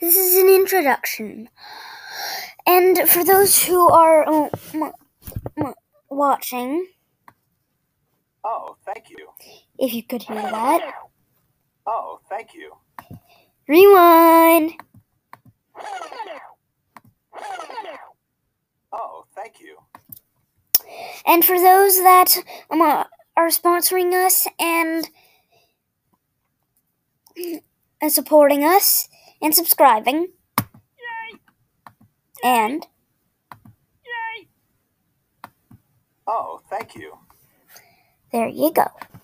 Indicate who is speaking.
Speaker 1: This is an introduction. And for those who are um, m- m- watching,
Speaker 2: Oh, thank you.
Speaker 1: if you could hear that,
Speaker 2: Oh, thank you.
Speaker 1: rewind.
Speaker 2: Oh, thank you.
Speaker 1: And for those that um, uh, are sponsoring us and and supporting us and subscribing and
Speaker 2: Oh, thank you.
Speaker 1: there you go.